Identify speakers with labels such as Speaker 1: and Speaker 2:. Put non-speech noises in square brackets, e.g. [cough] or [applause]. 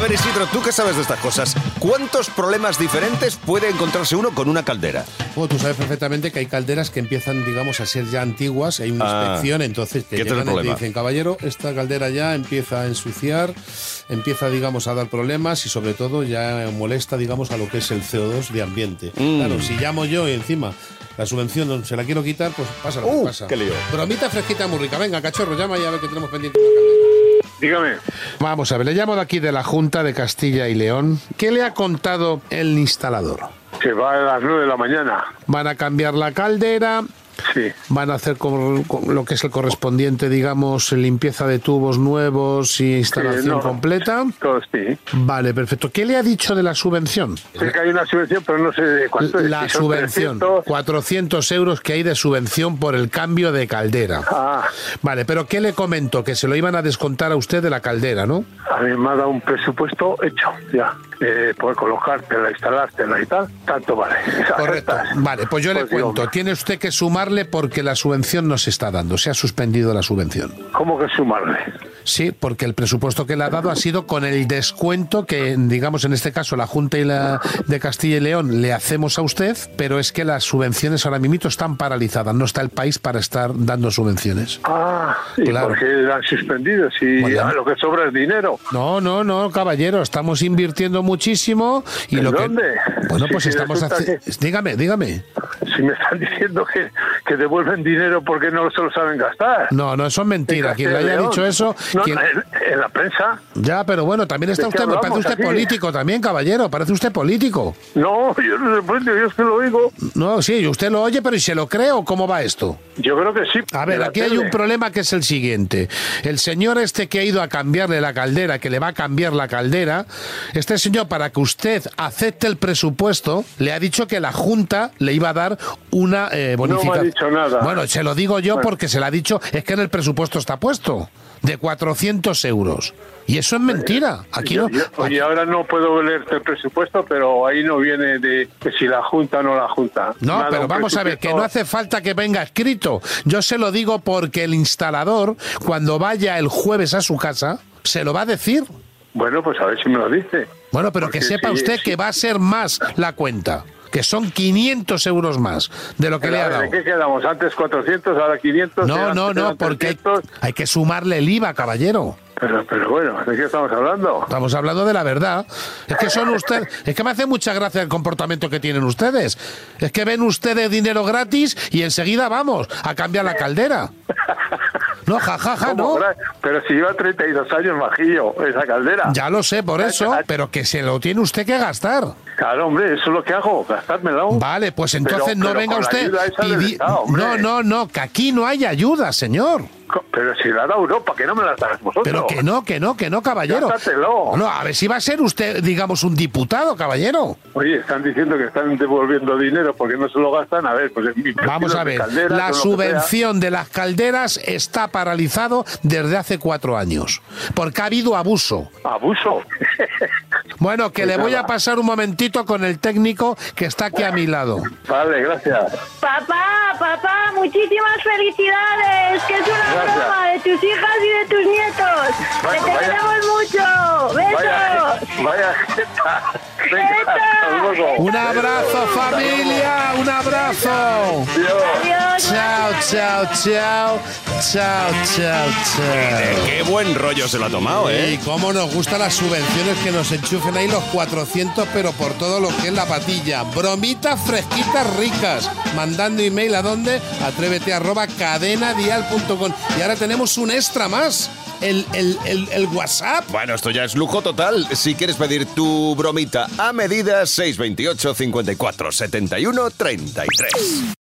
Speaker 1: ver, Isidro, tú que sabes de estas cosas, ¿cuántos problemas diferentes puede encontrarse uno con una caldera?
Speaker 2: Bueno, tú sabes perfectamente que hay calderas que empiezan, digamos, a ser ya antiguas, hay una
Speaker 1: Ah.
Speaker 2: inspección, entonces te
Speaker 1: ¿Qué tal el
Speaker 2: llegan y te
Speaker 1: problema?
Speaker 2: dicen, caballero, esta caldera ya empieza a ensuciar, empieza, digamos, a dar problemas y sobre todo ya molesta, digamos, a lo que es el CO2 de ambiente.
Speaker 1: Mm.
Speaker 2: Claro, si llamo yo y encima la subvención no se la quiero quitar, pues pasa lo
Speaker 1: Uh,
Speaker 2: que pasa.
Speaker 1: qué lío.
Speaker 2: Bromita fresquita muy rica. Venga, cachorro, llama y a ver que tenemos pendiente una caldera.
Speaker 3: Dígame.
Speaker 2: Vamos a ver, le llamo de aquí de la Junta de Castilla y León. ¿Qué le ha contado el instalador?
Speaker 3: Se va a las 9 de la mañana.
Speaker 2: Van a cambiar la caldera,
Speaker 3: Sí.
Speaker 2: van a hacer cor- co- lo que es el correspondiente, digamos, limpieza de tubos nuevos y instalación
Speaker 3: Sí, no.
Speaker 2: completa.
Speaker 3: Todo sí.
Speaker 2: Vale, perfecto. ¿Qué le ha dicho de la subvención?
Speaker 3: Sé que hay una subvención, pero no sé de cuánto es.
Speaker 2: La
Speaker 3: Pues, eh, Si son
Speaker 2: subvención,
Speaker 3: 300.
Speaker 2: 400 euros que hay de subvención por el cambio de caldera.
Speaker 3: Ah,
Speaker 2: Vale, pero ¿qué le comento? Que se lo iban a descontar a usted de la caldera, ¿no?
Speaker 3: a mí me ha dado un presupuesto hecho, ya. Eh, por colocártela, instalártela y tal, tanto vale. [laughs] Esas
Speaker 2: Correcto.
Speaker 3: rentas.
Speaker 2: Vale, pues yo le
Speaker 3: Pues digo,
Speaker 2: cuento. Tiene usted que sumarle porque la subvención no se está dando. Se ha suspendido la subvención.
Speaker 3: ¿Cómo que sumarle?
Speaker 2: Sí, porque el presupuesto que le ha dado ha sido con el descuento que, digamos, en este caso la Junta y la de Castilla y León le hacemos a usted, pero es que las subvenciones ahora mismo están paralizadas. No está el país para estar dando subvenciones.
Speaker 3: Ah, ¿y
Speaker 2: Claro.
Speaker 3: por qué la han suspendido? Si
Speaker 2: Bueno, ya.
Speaker 3: a lo que sobra es dinero.
Speaker 2: No, no, no, caballero, estamos invirtiendo muchísimo y
Speaker 3: ¿En
Speaker 2: lo
Speaker 3: dónde?
Speaker 2: que Bueno, pues
Speaker 3: Sí, sí,
Speaker 2: estamos
Speaker 3: resulta
Speaker 2: haciendo Dígame, dígame.
Speaker 3: Si me están [laughs] diciendo que, que devuelven dinero porque no se lo saben gastar. Este
Speaker 2: No, no, son mentiras. Quien le haya
Speaker 3: León.
Speaker 2: dicho eso,
Speaker 3: No,
Speaker 2: quien-
Speaker 3: en, en la prensa.
Speaker 2: Ya, pero bueno, también está
Speaker 3: ¿De qué
Speaker 2: usted, me parece
Speaker 3: hablamos
Speaker 2: usted
Speaker 3: aquí?
Speaker 2: político también, caballero, parece usted político.
Speaker 3: No, yo no sé, pues, yo es que lo digo.
Speaker 2: No, sí, usted lo oye, pero ¿y se lo cree o cómo va esto?
Speaker 3: Yo creo que sí.
Speaker 2: A ver,
Speaker 3: de la
Speaker 2: aquí hay
Speaker 3: tele.
Speaker 2: un problema que es el siguiente. El señor este que ha ido a cambiarle la caldera, que le va a cambiar la caldera, este señor, para que usted acepte el presupuesto, le ha dicho que la Junta le iba a dar una eh,
Speaker 3: me ha
Speaker 2: bonificación.
Speaker 3: dicho nada.
Speaker 2: Bueno, se lo digo yo
Speaker 3: Bueno.
Speaker 2: porque se lo ha dicho, es que en el presupuesto está puesto, de 400 euros. Y eso es mentira. Aquí no.
Speaker 3: Yo- yo- oye, ahora no puedo leerte el presupuesto, pero ahí no viene de que si la junta o no la junta. Me ha
Speaker 2: No,
Speaker 3: dado
Speaker 2: pero
Speaker 3: un
Speaker 2: vamos a ver, que no
Speaker 3: presupuesto-
Speaker 2: hace falta que venga escrito. Yo se lo digo porque el instalador, cuando vaya el jueves a su casa, se lo va a decir.
Speaker 3: Bueno, pues a ver si me lo dice.
Speaker 2: Bueno, pero que
Speaker 3: Porque
Speaker 2: sepa
Speaker 3: sí,
Speaker 2: usted
Speaker 3: sí.
Speaker 2: que va a ser más la cuenta, que son 500 euros más de lo que le
Speaker 3: Pero a
Speaker 2: ha
Speaker 3: ver,
Speaker 2: dado.
Speaker 3: ¿De qué quedamos? Antes 400, ahora 500.
Speaker 2: No,
Speaker 3: eran-
Speaker 2: no, no,
Speaker 3: eran
Speaker 2: porque hay,
Speaker 3: 300.
Speaker 2: hay que sumarle el IVA, caballero.
Speaker 3: Pero, pero bueno, ¿de qué estamos hablando?
Speaker 2: Estamos hablando de la verdad. Es que son ustedes, es que me hace mucha gracia el comportamiento que tienen ustedes. Es que ven ustedes dinero gratis y enseguida vamos a cambiar la caldera. No, jajaja,
Speaker 3: ¿Cómo?
Speaker 2: Ah, no.
Speaker 3: Pero si lleva 32 años, majillo, esa caldera.
Speaker 2: Ya lo sé por eso, pero que se lo tiene usted que gastar.
Speaker 3: Claro, hombre, eso es lo que hago, gastármela.
Speaker 2: Vale, pues entonces
Speaker 3: Pero-
Speaker 2: no
Speaker 3: pero
Speaker 2: venga
Speaker 3: con la
Speaker 2: usted.
Speaker 3: ayuda esa del
Speaker 2: pidi-
Speaker 3: Estado, hombre.
Speaker 2: no, no, no, que aquí no hay ayuda, señor.
Speaker 3: Co- Pero si la da Europa, que no me la das vosotros.
Speaker 2: Pero que no, que no, que no, caballero.
Speaker 3: Gástaselo.
Speaker 2: No, a ver si va a ser usted, digamos, un diputado, caballero.
Speaker 3: Oye, están diciendo que están devolviendo dinero porque no se lo gastan. A ver, pues en mi-
Speaker 2: Vamos a ver,
Speaker 3: calderas,
Speaker 2: la
Speaker 3: o lo que sea.
Speaker 2: subvención de las calderas está paralizado desde hace cuatro años, porque ha habido abuso.
Speaker 3: Abuso. [laughs]
Speaker 2: Bueno, que le voy a
Speaker 3: nada.
Speaker 2: pasar un momentito con el técnico que está aquí a mi lado.
Speaker 3: vale, gracias.
Speaker 4: Papá, papá, muchísimas felicidades, que es una
Speaker 3: Gracias.
Speaker 4: broma de tus hijas y de tus nietos.
Speaker 3: Bueno,
Speaker 4: que te
Speaker 3: vaya.
Speaker 4: queremos mucho.
Speaker 3: Vaya,
Speaker 4: Besos.
Speaker 3: vaya [laughs] jeta. Venga,
Speaker 4: Jeta.
Speaker 3: hasta luego.
Speaker 2: Un abrazo
Speaker 3: Adiós.
Speaker 2: familia, un abrazo.
Speaker 3: Adiós.
Speaker 4: Adiós.
Speaker 2: Chao, chao, chao, chao, chao, chao.
Speaker 1: Eh, Qué buen rollo se lo ha tomado, ¿eh?
Speaker 2: Y cómo nos gustan las subvenciones que nos enchufen ahí los 400, pero por todo lo que es la patilla. Bromitas fresquitas ricas. Mandando email a donde? Atrévete arroba cadenadial.com. Y ahora tenemos un extra más. El, el, el, el WhatsApp.
Speaker 1: Bueno, esto ya es lujo total. Si quieres pedir tu bromita a medida, 628 54 71 33.